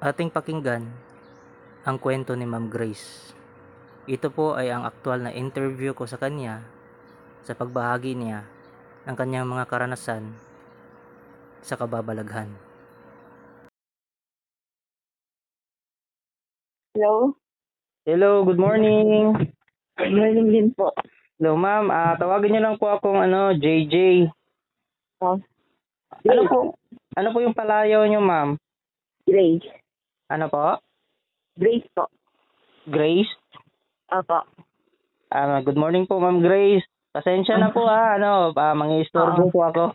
ating pakinggan ang kwento ni Ma'am Grace. Ito po ay ang aktual na interview ko sa kanya sa pagbahagi niya ng kanyang mga karanasan sa kababalaghan. Hello? Hello, good morning. Good morning din po. Hello, ma'am. Ah, tawagin niyo lang po akong ano, JJ. Oh. Ano po? Ano po yung palayaw niyo, ma'am? Grace. Ano po? Grace po. Grace? Opo. Ah, good morning po, Ma'am Grace. Pasensya na po ah, ano, ah, mangiistorbo po ako.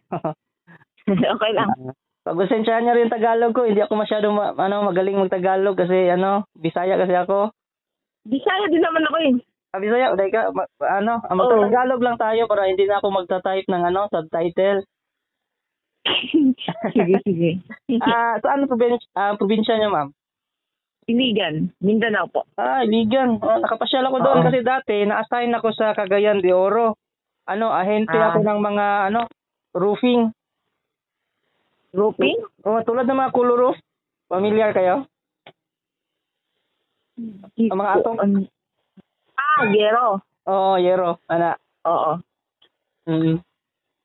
okay lang. Pag-pasensyahan niya rin yung Tagalog ko, hindi ako masyado ma- ano, magaling mag-Tagalog kasi ano, Bisaya kasi ako. Bisaya din naman ako eh. Ah, Bisaya, dahil ka, ma- ano, ah, Oo. magta-Tagalog lang tayo para hindi na ako magta-type ng ano, subtitle. sige, sige. Ah, sa ano probin- ah, probinsya niyo, Ma'am? Iligan. Mindanao po. Ah, Ligan. Ah, nakapasyal ako doon Oo. kasi dati na-assign ako sa Cagayan de Oro. Ano, ahente Ah. ako ng mga ano, roofing. Roping? Oh, tulad ng mga Kulo Roof. Familiar kayo? Ang mga atong- Ang- Ah, Gero. Oo, Yero. Ana. Oo. Mm.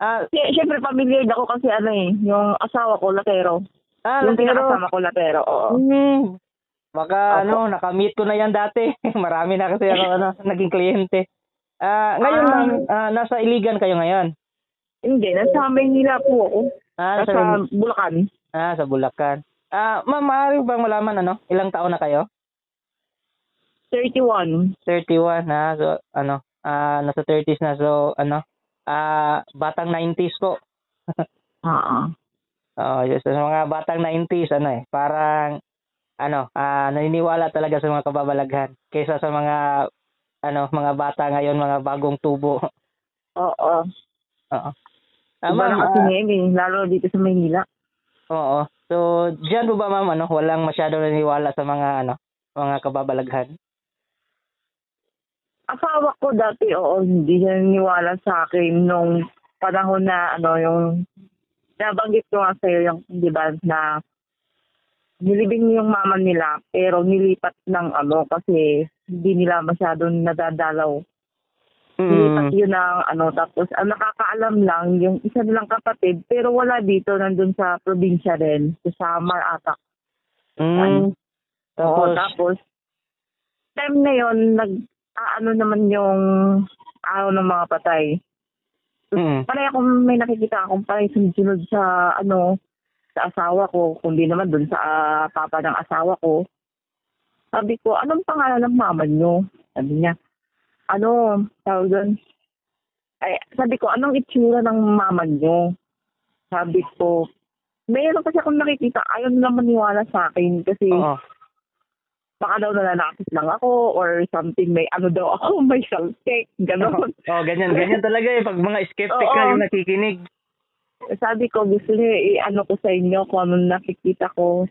Ah, Si- Siyempre, familiar ako kasi ano eh, yung asawa ko, Latero. ah, Yung Latero. pinakasama ko, Latero. Oo. Mm. Baka Opo. ano, nakamit ko na yan dati. Marami na kasi ako ano, naging kliyente. Ah, ngayon Ah. ma'am, ah, nasa Iligan kayo ngayon. Hindi, nasa Maynila po ako. Ah, Nasa sa, Bulacan. ah, sa Bulacan. Ah, ma'am, maaari bang malaman ano, ilang taon na kayo? 31. 31 na, so ano, ah, nasa 30s na so ano, ah, batang 90s po. Oo. Oo, yes. Sa mga batang 90s, ano eh, parang, ano, ah, naniniwala talaga sa mga kababalaghan kaysa sa mga, ano, mga bata ngayon, mga bagong tubo. Oo. Oo. Ah, Iba ma'am, na kasi ah, ngayon eh, lalo dito sa Maynila. oo. So, diyan po ba, ma'am, ano, walang masyado naniniwala sa mga, ano, mga kababalaghan? Asawa ko dati, oo, hindi niya naniwala sa akin nung panahon na, ano, yung, nabanggit ko nga sa'yo yung, di ba, na nilibing yung mama nila, pero nilipat ng, ano, kasi hindi nila masyado nadadalaw. Nilipat Mm. yun ng, ano, tapos, ang nakakaalam lang, yung isa nilang kapatid, pero wala dito, nandun sa probinsya rin, sa Samar ata. Mm. Tapos, Oo, tapos, time na yon nag, aano naman yung araw ng mga patay. mm. Panay akong may nakikita akong panay sunod sa, ano, sa asawa ko, kundi naman dun sa ah, papa ng asawa ko. Sabi ko, anong pangalan ng mama nyo? Sabi niya, ano, tawag doon, ay, sabi ko, anong itsura ng mama nyo? Sabi ko, mayroon kasi akong nakikita, ayaw nila maniwala sa akin kasi Oo. baka daw nananakit lang ako or something may ano daw ako may something gano'n. Oo, ganyan. Ganyan talaga eh. Pag mga skeptical Oo. yung nakikinig. Sabi ko gusto niyo i-ano ko sa inyo kung ano nakikita ko.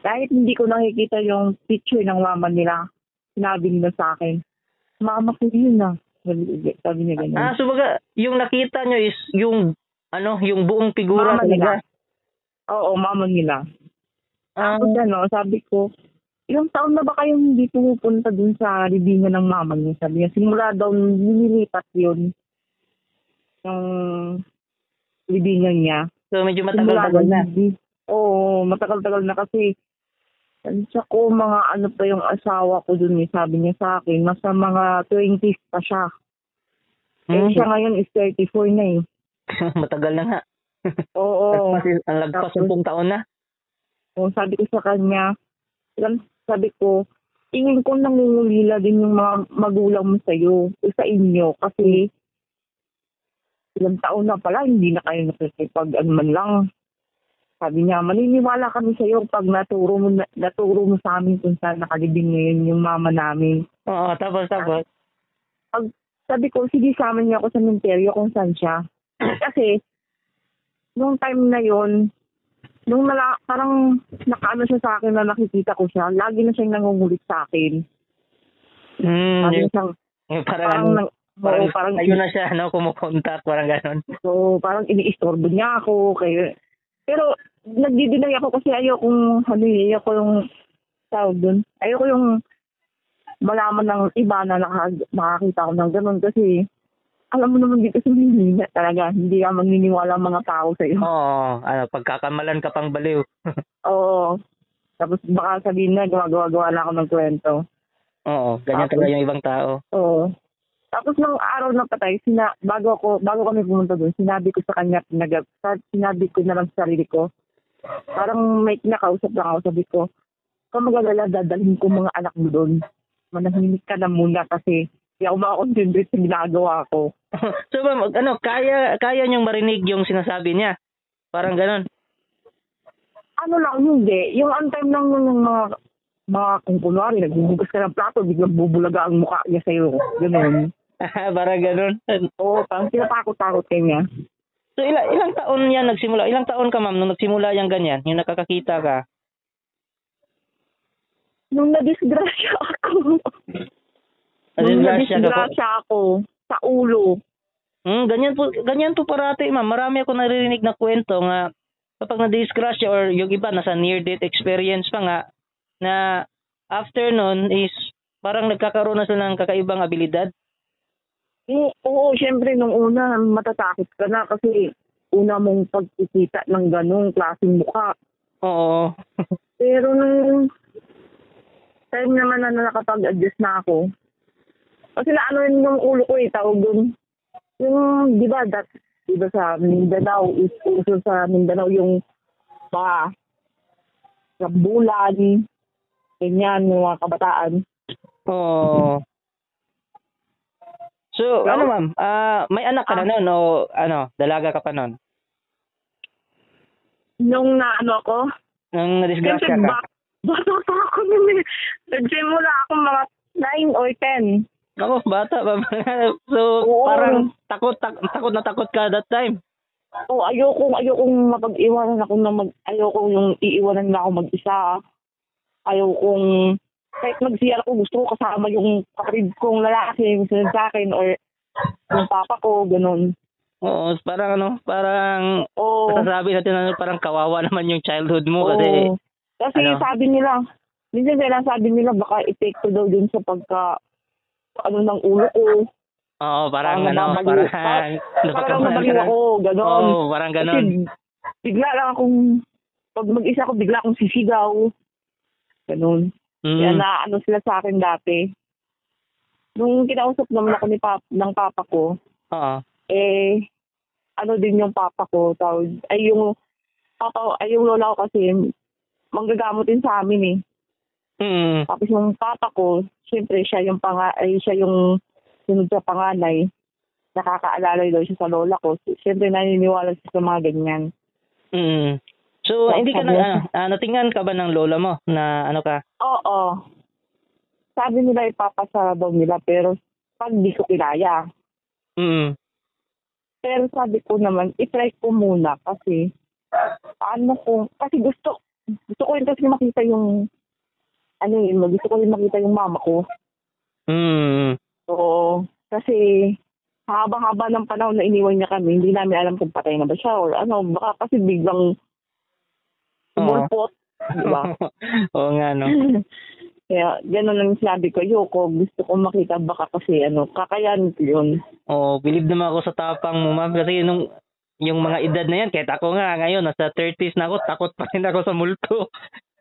Kahit hindi ko nakikita yung picture ng mama nila, sinabi nila sa akin, mama ko yun na. Sabi, sabi niya ganun. Ah, so baga, yung nakita nyo is yung, ano, yung buong figura Mama nila. talaga. Oo, mama nila. Ah, Tapos ano, sabi ko, ilang taon na ba kayong hindi pumupunta dun sa libingan ng mama niyo? Sabi niya, simula daw nililipat yun. Yung libingan niya. so medyo Simula matagal-tagal nun, na. hindi- Oo, matagal-tagal na kasi. Tansya ko, mga ano pa yung asawa ko dun eh. Sabi niya sa akin, nasa mga 20s pa siya. Eh, Hmm. siya ngayon is 34 na eh. matagal na nga. Oo. Lagpas, ang lagpas Tapos- 10 taon na. O, sabi ko sa kanya, alam, sabi ko, tingin ko nangungulila din yung mga magulang mo sa'yo, o sa inyo, kasi ilang taon na pala, hindi na kayo nakikipag, ano man lang. Sabi niya, maniniwala kami sa'yo pag naturo mo, na- naturo mo sa amin kung saan nakalibing ngayon yung mama namin. Oo, tapos tapos. Sabi ko, sige, sama niya ako sa menteryo kung saan siya. Kasi, nung time na yon nung nala, parang nakaano siya sa akin na nakikita ko siya, lagi na siyang nangungulit sa akin. Mm, Parang, yung, siyang, yung parang, parang, ano, nang- parang, oo, parang, ayun na siya, no, kumukontak, parang ano, ganon. so, parang iniistorbo niya ako. Kaya, Pero nagdi-deny ako kasi ayokong ano eh, ayoko yung tawag dun. Ayoko yung malaman ng iba na nakag- nakakita ko ng ganun kasi alam mo naman dito sa Manila talaga, hindi ka maniniwala ang mga tao sa'yo. Oo, ano, pagkakamalan ka pang baliw. Oo. Tapos baka sabihin na, gumagawa-gawa na ako ng kwento. Oo, ganyan Tapos- talaga yung ibang tao. Oo. Tapos nung araw na patay, sina, bago ako, bago kami pumunta doon, sinabi ko sa kanya, nag, sa, sinabi ko na lang sa sarili ko, parang may nakausap lang ako, sabi ko, kung magalala, dadalhin ko mga anak mo doon. Manahimik ka na muna kasi hindi ako makakonsentrate sa ginagawa ko. so, ma'am, ano, kaya, kaya niyong marinig yung sinasabi niya. Parang ganun. Ano lang, hindi. Yung on time lang ng mga, mga kung kunwari, naghuhugas ka ng plato, biglang bubulaga ang mukha niya sa'yo. Ganun. parang ganun. Oo, parang tinatakot-takot kanya. So, ilang, ilang taon yan nagsimula? Ilang taon ka, ma'am, nung nagsimula yung ganyan? Yung nakakakita ka? Nung nadisgrasya ako, Nung Nadisgrasya ka po. nadisgrasya ako sa ulo. Hmm, ganyan po, ganyan po parati, ma'am. Marami ako naririnig na kwento nga kapag na-discrush or yung iba nasa near death experience pa nga na after nun is parang nagkakaroon na sila ng kakaibang abilidad. Eh, oo, syempre nung una matatakot ka na kasi una mong pagkikita ng ganung klaseng mukha. Oo. Pero nung time naman na nakapag-adjust na ako, kasi naano yun yung ulo ko eh, tawag dun. Yung, di ba, that, di ba sa Mindanao, is uso sa Mindanao yung pa, rambulan, ganyan, yung mga kabataan. Oo. So, ano ma'am, ah, may anak ka na nun o ano, dalaga ka pa nun? Nung naano ako, Nung Kasi na-disgrasya ka? ba, bata pa ako nun eh. Nagsimula ako mga 9 or 10. Ako, bata pa. so, Oo. parang takot, tak- takot na takot ka that time. O ayokong, ayokong mapag-iwanan ako na mag, ayokong yung iiwanan na ako mag-isa. Ayokong, kahit mag-CR ako, gusto ko kasama yung kapatid kong lalaki, yung sunod sa akin, or yung papa ko, ganun. Oo, parang ano, parang O, Masasabi natin ano, parang kawawa naman yung childhood mo Oo. kasi Kasi ano? sabi nila, minsan nila sabi nila baka i-take ko daw dun sa pagka ano ng ulo ko. oo, Parang parang ano, nababaliw. parang Parang napakamalan nabaliw ka ako, na. ganun. Oo, parang ganun. Kasi bigla lang akong, pag mag-isa ako, bigla akong sisigaw. Ganun. Mm. Kaya na ano sila sa akin dati. Nung kinausap naman ako ni pap, ng papa ko, Oo. eh, ano din yung papa ko, tawag, ay yung, papa, ay yung lola ko kasi, manggagamot din sa amin eh. Mm. Tapos yung papa ko, siyempre siya yung panga, ay siya yung sunod sa panganay. Nakakaalala daw siya sa lola ko. Siyempre naniniwala siya sa mga ganyan. Mm. So, hindi ka na, ano, ah, natingan ka ba ng lola mo na ano ka? Oo. Sabi nila ipapasara daw nila pero pag di ko kinaya. Mm. Pero sabi ko naman, itry ko muna kasi ano kung, kasi gusto, gusto ko rin kasi makita yung, ano yun, gusto ko rin makita yung mama ko. Mm. Oo. Kasi haba-haba ng panahon na iniwan niya kami, hindi namin alam kung patay na ba siya or ano, baka kasi biglang umulpot, di ba? Oo nga, no? Kaya gano'n lang yung sinabi ko, Yoko, gusto ko makita baka kasi ano, kakayanin ko yun. Oo, bilib Oh, naman ako sa tapang mo, ma'am. Kasi nung yung mga edad na yan, kahit ako nga ngayon, nasa 30s na ako, takot pa rin ako sa multo.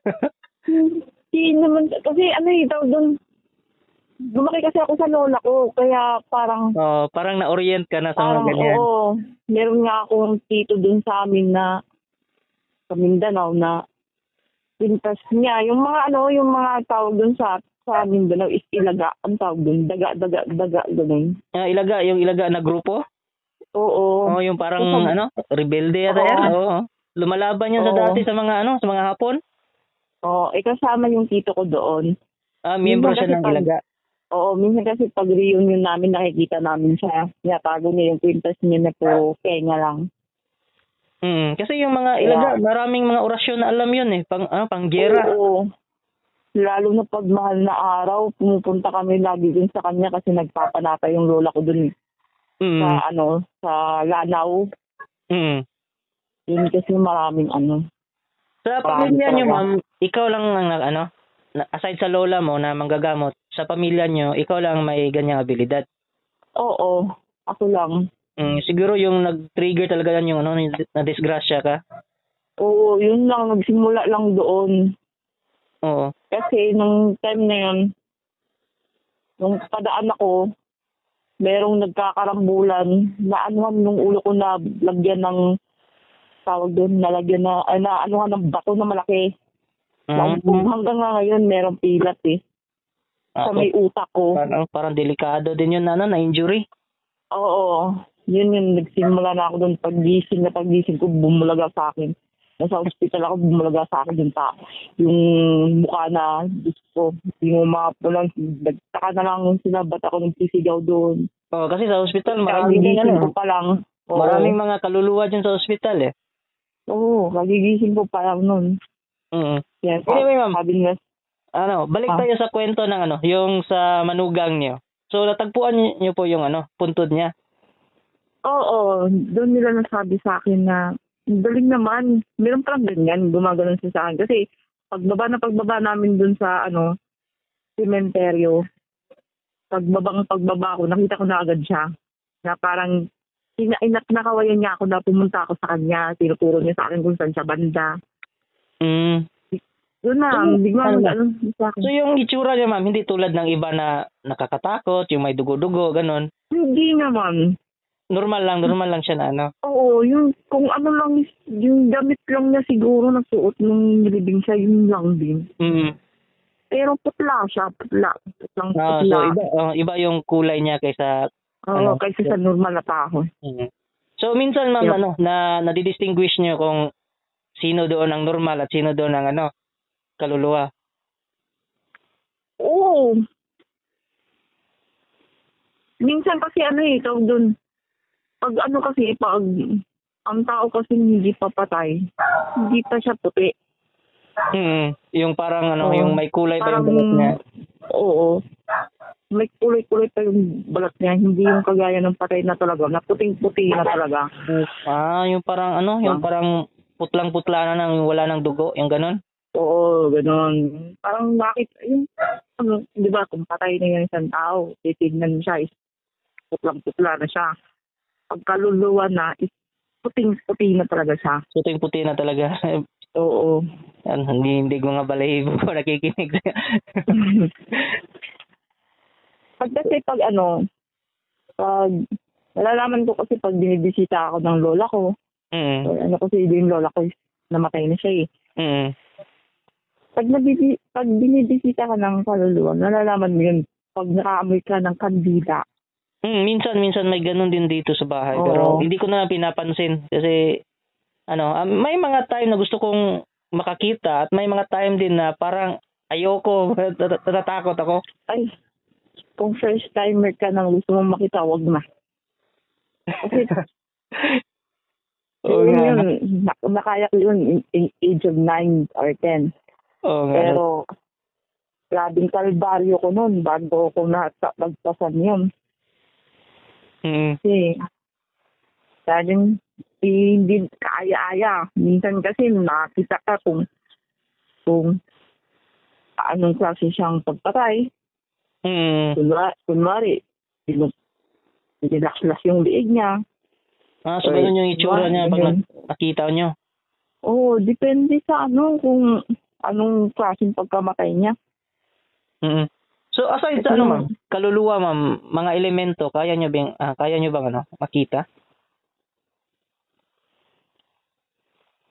Hindi naman, kasi ano yung tawag doon, lumaki kasi ako sa lola ko, kaya parang, Oo, Oh, parang na-orient ka na sa mga parang Ah, ganyan. Ah, oo, meron nga akong tito doon sa amin na, sa Mindanao na, pintas niya, yung mga ano, yung mga tawag doon sa, sa Mindanao is ilaga, ang tawag doon, daga, daga, daga, ganun. Ah, ilaga, yung ilaga na grupo. Oo. Oo, yung parang Yung pag- ano, rebelde Oo. yata yan. Oo. Lumalaban yan sa Oo. dati sa mga ano, sa mga hapon. Oo, eh kasama yung tito ko doon. Ah, miyembro Minsan siya kasi ng pag- ilaga. Oo, minsan kasi pag reunion namin, nakikita namin siya. Natago niya yung kwintas niya na po kenga lang. Mm, kasi yung mga ilaga, Yeah. maraming mga orasyon na alam yun eh, pang ano, panggera. Oo. Lalo na pag mahal na araw, pumupunta kami lagi din sa kanya kasi nagpapanatay yung lola ko dun Mm. sa ano, sa Lanao. Mm. Yun kasi maraming ano. Sa Parang pamilya nyo, talaga. ma'am, ikaw lang ang nag- ano, na- aside sa lola mo na manggagamot, sa pamilya nyo, ikaw lang may ganyang abilidad. Oo, ako lang. Mm, siguro yung nag-trigger talaga yan yung ano, na disgrasya ka. Oo, yun lang. Nagsimula lang doon. Oo. Kasi nung time na yun, nung padaan ako, merong nagkakarambulan na anuhan nung ulo ko na lagyan ng tawag doon, nalagyan na, ay, na anuhan ng bato na malaki. Mm. Hanggang nga ngayon, merong pilat eh. Sa Ako, may utak ko. Ah, parang, parang delikado din yun na, ano, na injury. Oo. Yun yung nagsimula na ako doon pagising na pagising ko bumulaga sa akin. Nasa hospital ako bumulaga sa akin yung ta yung mukha na gusto ko. Yung umap na lang, nagtaka na lang sinabat ako ng sisigaw doon. Oo, kasi sa hospital, maraming din, Kagigising ko ano, pa lang. Oo. maraming mga kaluluwa dyan sa hospital eh. Oo, kagigising ko pa lang noon. Mm. Yes. Anyway, ma'am. Sabi nila, Ano, balik Ah. tayo sa kwento ng ano, yung sa manugang nyo. So, natagpuan nyo po yung ano, puntod niya. oo, doon nila nasabi sa akin na "Ang galing naman. Meron parang ganyan, gumaganon siya sa akin. Kasi pagbaba na pagbaba namin doon sa ano, sementeryo, pagbabang pagbaba ko, nakita ko na agad siya. Na parang ina- inak nakawayan niya ako na pumunta ako sa kanya, tinuturo niya sa akin kung saan siya banda. Mm. Yun na, Ano? bigla Ano? nag ano sa akin. So yung itsura niya ma'am, hindi tulad ng iba na nakakatakot, yung may dugo-dugo, ganun. Hindi naman. Normal lang, normal lang siya na ano. Oo, yung kung ano lang, yung damit lang niya siguro nagsuot nung nilibing siya, yun lang din. Mm. Pero putla siya, putla. Putlang putla. Ah, so iba, oh, iba yung kulay niya kaysa... Oo, ano? kaysa sa normal na tao. Mm. So minsan ma'am, Yep. ano, na nadidistinguish niyo kung sino doon ang normal at sino doon ang ano, kaluluwa. Oo. Minsan kasi ano eh, tawag doon. Pag ano kasi, pag ang tao kasi hindi pa patay, hindi pa siya puti. Mm. Yung parang ano, Oo. yung may kulay pa Parang, yung damit niya. oo. May kulay-kulay pa yung balat niya, hindi yung kagaya ng patay na talaga, na puting-puti na talaga. Ah, yung parang ano, Ah. yung parang putlang-putla na nang yung wala ng dugo, yung ganun. Oo, ganun. Parang bakit, yung, ano, di ba, kung patay na yung isang tao, titignan mo siya, is putlang-putla na siya. Pagkaluluwa na, is puting-puti na talaga siya. So ito yung puti na talaga. Oo. Yan, hindi, hindi ko nga balahibo ko nakikinig. pag kasi pag ano, pag, nalalaman ko kasi pag binibisita ako ng lola ko, mm, or ano kasi yung lola ko, is namatay na siya eh. mm, Pag, nabibi, pag binibisita ka ng kaluluwa, nalalaman mo yun, pag nakaamoy ka ng kandila, mm, minsan, minsan may ganun din dito sa bahay. Oo. Pero hindi ko na pinapansin kasi ano, ah, may mga time na gusto kong makakita at may mga time din na parang ayoko, nat- natatakot ako. ay, kung first timer ka nang gusto mong makita, wag na. Kasi Oo yun nga. yun, na- nakaya ko yun in, in age of 9 or 10. Oo nga. Pero, grabing kalbaryo ko noon bago ko na nagpasan yun. Mm, Kasi, talagang hindi kaya-aya. Minsan kasi nakita ka kung kung anong klase siyang pagpatay. mm. Kunwari, kunwari dinu- dinaklas yung liig niya. Ah, so ganun yung itsura niya pag Ganun. nak- nakita nyo. Oo, depende sa ano kung anong klaseng pagkamatay niya. Mm. So aside sa ano ma'am, Mm. kaluluwa ma'am, mga elemento, kaya nyo bang, ah, kaya nyo bang ano, makita?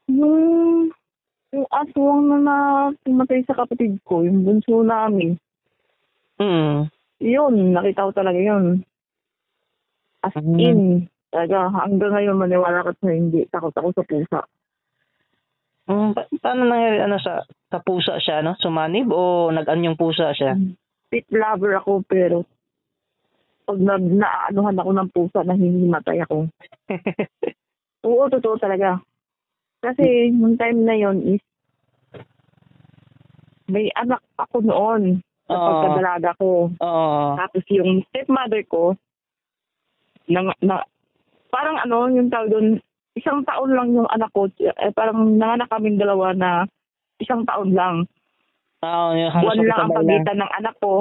Yung, yung aswang na, na pumatay sa kapatid ko, yung bunso namin, Mm. yun, nakita ko talaga yun. As Mhm. in, talaga, hanggang ngayon maniwala ka sa hindi, takot ako sa pusa. Mm, pa- paano nangyari ano sa sa pusa siya no? Sumanib o nag-anyong pusa siya? Pit lover ako, pero pag na, naaanuhan ako ng pusa, nahihimatay ako. Oo, totoo talaga. Kasi, nung time na yon is, may anak ako noon sa Oo. pagkadalaga ko. Oo. Tapos yung stepmother ko, na, na, parang ano, yung tawag doon, isang taon lang yung anak ko. Eh, parang nanganak kaming dalawa na isang taon lang. Oo, Ah, yung Buwan halos lang ang kasabay na. pagitan ng anak ko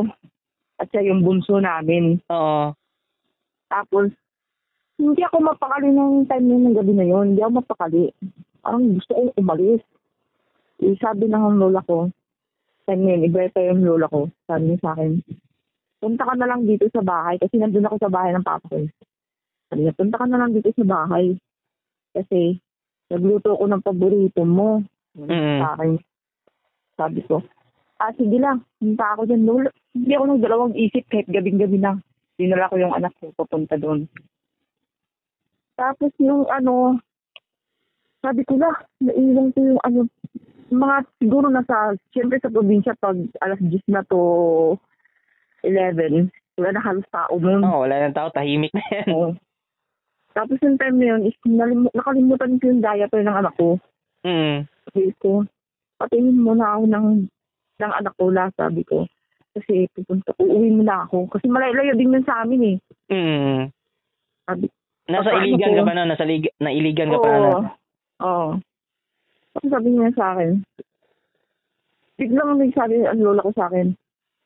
at siya yung bunso namin. Oo. Tapos, hindi ako mapakali ng time na yun, ng gabi na yun. Hindi ako mapakali. Parang gusto ko umalis. Eh, sabi ng lola ko, time na yun, iba pa yung lola ko. Sabi niya sa akin, punta ka na lang dito sa bahay kasi nandun ako sa bahay ng papa ko. Sabi niya, punta ka na lang dito sa bahay kasi nagluto ko ng paborito mo. Sabi niya Mm. Sa akin, sabi ko, ah, sige lang, punta ako dyan. Lola, hindi ako ng dalawang isip kahit gabing-gabi na dinala ko yung anak ko papunta doon. Tapos yung ano, sabi ko na, naiwan ko yung ano, mga siguro nasa, siyempre sa probinsya pag alas 10 na to 11, wala na halos tao Oo, mo. wala nang tao, tahimik na yan. Oo. Tapos yung time na yun, is nalimu- nakalimutan ko yung diaper ng anak ko. Mm. Sabi ko, patingin mo na ako ng, ng anak ko la, sabi ko. Kasi pupunta, uuwi mo na ako. Kasi malayo-layo din yun sa amin eh. Mm. Sabi- Nasa Paano iligan po? ka pa na, nasa lig- na iligan ka pa na. Oo. Oo. Tapos sabi niya sa akin, biglang may sabi ang lola ko sa akin,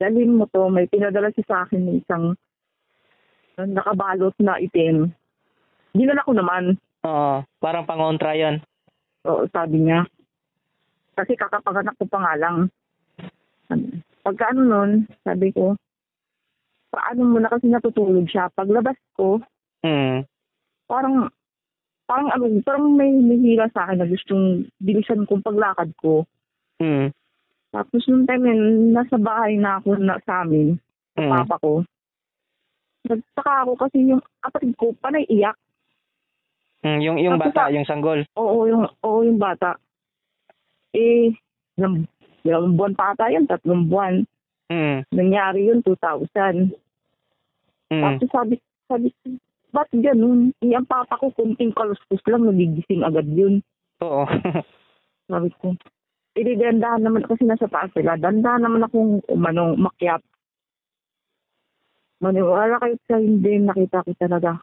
dalhin mo to, may pinadala siya sa akin ng isang nakabalot na itim. Dinala ko naman, Oo, parang pangontra yun. oo, sabi niya. Kasi kakapanganak ko pa nga lang. Sabi- Pagka ano nun, sabi ko, paano mo na kasi natutulog siya. Paglabas ko, Mm. parang parang ano, parang may nahihila sa akin na gustong bilisan kong paglakad ko. Mm. Tapos nung time na yun, nasa bahay na ako na, sa amin, sa Mm. papa ko. Nagtaka ako kasi yung kapatid ko, panay iyak. Mm, Yung, yung Tapos bata, sa- yung sanggol. Oo, yung, oo, yung bata. Eh, ilang, ilang buwan pa ata yun, tatlong buwan. Mm. Nangyari yun, 2000. Mm. Tapos sabi, sabi, ba't ganun? Eh, ang papa ko, kunting kaluskos lang, nagigising agad yun. Oo. Sabi ko, hindi dandahan naman kasi nasa taas sila. Dandahan naman akong umanong makyat. Maniwala kayo sa hindi nakita ko talaga.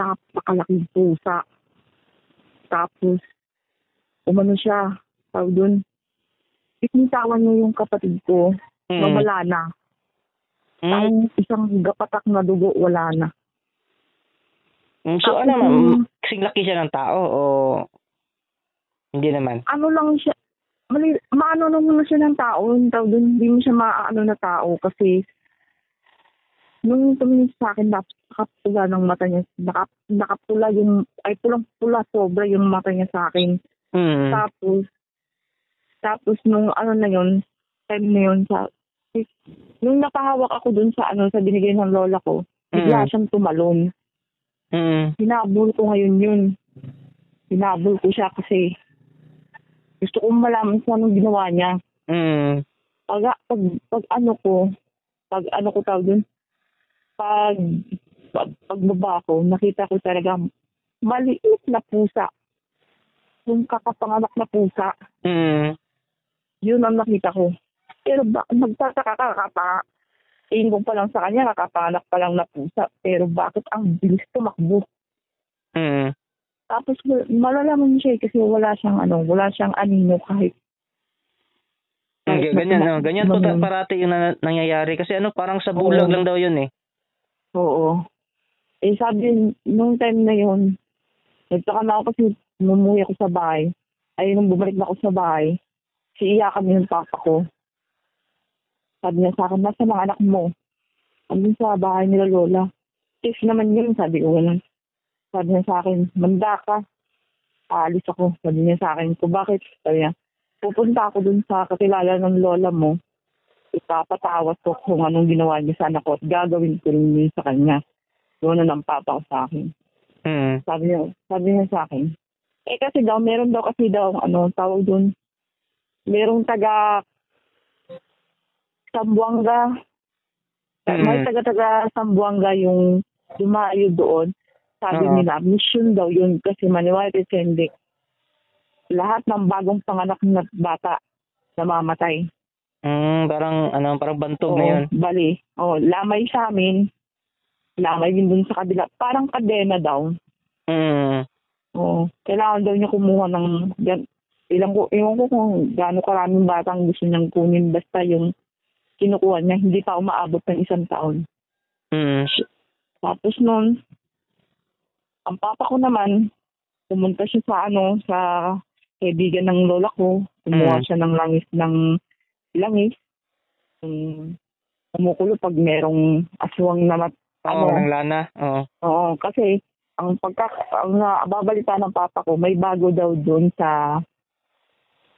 Napakalaking pusa. Tapos, umano siya. Tawag doon. Itintawan niya yung kapatid ko. Mm. na wala na. Mm. Tawang isang gapatak na dugo, wala na. Mm, So ano, Tapos, ma'am, mm, kasing laki siya ng tao o hindi naman? ano lang siya, mali, maano lang muna siya ng tao, yung tao doon, hindi mo siya maano na tao kasi nung tumingin siya sa akin, nap- nakapula ng mata niya, nakap, nakapula yung, ay pulang-pula sobra yung mata niya sa akin. Mm. Tapos, tapos nung ano na yun, time na yun, sa, nung napahawak ako doon sa ano, sa binigay ng lola ko, bigla Mm. siyang tumalon Mm. hinabol ko ngayon yun. Hinabol ko siya kasi gusto kong malaman kung anong ginawa niya. Mm. Pag, pag, pag ano ko, pag ano ko tawag dun, pag, pag, pagbaba ko, nakita ko talaga maliit na pusa. Yung kakapanganak na pusa, Mm. yun ang nakita ko. Pero ba, magtataka ka, kakapa, tingin ko pa lang sa kanya, kakapanganak pa lang na pusa. Pero bakit ang bilis tumakbo? Mm. Tapos wal- malalaman mo siya eh, kasi wala siyang ano, wala siyang anino kahit Mm, kahit ganyan, na- no? ganyan po ta- Mm. parati yung na- nangyayari. Kasi ano, parang sa bulag Oo. lang daw yun eh. Oo. Eh sabi nung time na yun, nagtaka na ako kasi lumuwi ako sa bahay. Ay nung bumalik na ako sa bahay, siiyakan niya yung papa ko. Sabi niya sa akin, nasa mga anak mo? Andun sa bahay nila lola. Tiff naman yun, sabi ko ganun. Sabi niya sa akin, manda ka. Aalis ako. Sabi niya sa akin, kung bakit? Sabi niya, pupunta ako dun sa kakilala ng lola mo. Ipapatawas ko kung anong ginawa niya sa anak ko at gagawin ko rin yun sa kanya. Yun na ng papa ko sa akin. Mm. Sabi niya, sabi niya sa akin, eh kasi daw, meron daw kasi daw, ano, tawag dun, merong taga Sambuanga, Mm. may taga-taga Sambuanga yung dumayo doon. Sabi Oo. nila, mission daw yun kasi maniwala kayo sa hindi. Lahat ng bagong panganak na bata namamatay. Mm, parang ano, parang bantog na Oo, yun. Bali. Oh, lamay sa amin. Lamay din dun sa kabila. Parang kadena daw. Mm. Oo. Kailangan daw niya kumuha ng gan- ilang ko, ewan ko kung gaano karaming batang gusto niyang kunin basta yung kinukuha niya, hindi pa umaabot ng isang taon. Mm. s- Tapos noon, ang papa ko naman, pumunta siya sa ano, sa kaibigan ng lola ko. Kumuha Mm. siya ng langis ng langis. Yung kumukulo pag merong aswang na mat, ano, Oo, ng lana. Oo. Oo, kasi ang pagka ang uh, babalita ng papa ko, may bago daw doon sa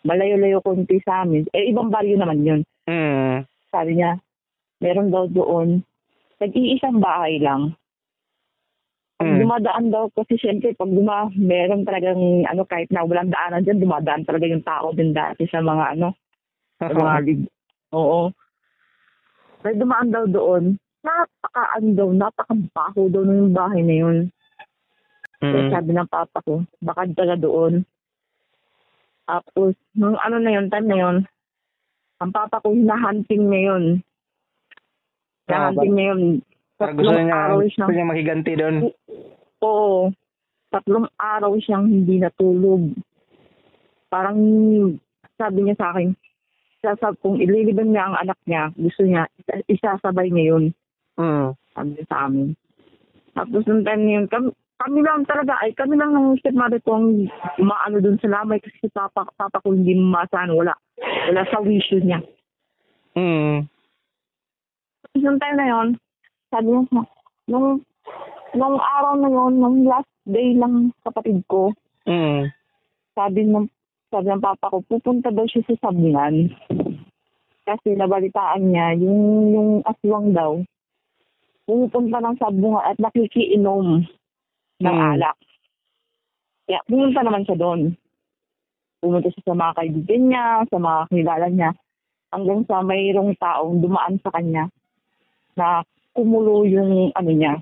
malayo-layo konti sa amin. Eh, ibang baryo naman yun. Mm. Sabi niya, meron daw doon. Nag-iisang bahay lang. Pag Mm. dumadaan daw, kasi syempre, pag duma, meron talagang, ano, kahit na walang daanan dyan, dumadaan talaga yung tao din dati sa mga, ano, sa mga lig- Oo. May dumaan daw doon. Napaka-ano daw, napakabaho daw ng bahay na yun. Kaya Mm. sabi ng papa ko, baka dala doon. Tapos, nung ano na yun, time na yun, ang papa ko hinahunting na yun. Ah, Hinahunting na yun. Parang gusto Tatlong niya, araw gusto siyang, niya makiganti doon. oo, tatlong araw siyang hindi natulog. Parang sabi niya sa akin, sasab kung ililiban niya ang anak niya, gusto niya, isa- isasabay niya yun. Mm. sabi niya sa amin. Tapos nung time na yun, kami, kami lang talaga, ay kami lang ng stepmother ko ang umaano dun sa lamay kasi si papa, papa ko hindi masahan, wala. Wala sa wisyo niya. Mm. Tapos nung time na yun, sabi niya, sa- nung, nung araw na yun, nung last day ng kapatid ko, Mm. sabi ng, sabi ng papa ko, pupunta daw siya sa Sabungan. Kasi nabalitaan niya, yung, yung aswang daw, pumupunta ng Sabungan at nakikiinom ng Mm. alak. Kaya pumunta naman siya doon. Pumunta siya sa mga kaibigan niya, sa mga kilala niya, hanggang sa mayroong taong dumaan sa kanya na kumulo yung ano niya,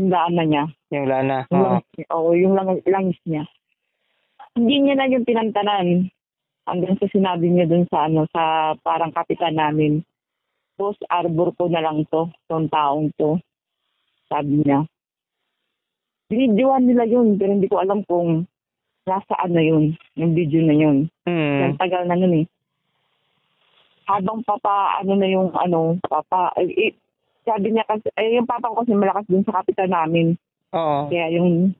yung daanan niya. Yung lana. Yung Oo. langis niya. Oo, yung lang- langis niya. Hindi niya na yung pinantanan. Hanggang sa sinabi niya dun sa ano, sa parang kapitan namin, Boss, arbor ko na lang to, tong taong to. Sabi niya. Binidyoan nila yun, pero hindi ko alam kung nasaan na yun, yung video na yun. Ang Mm. tagal na nun eh. Habang papa, ano na yung ano, papa, eh, eh, sabi niya kasi, eh, yung papa ko kasi malakas dun sa kapitan namin. Oo. Kaya yung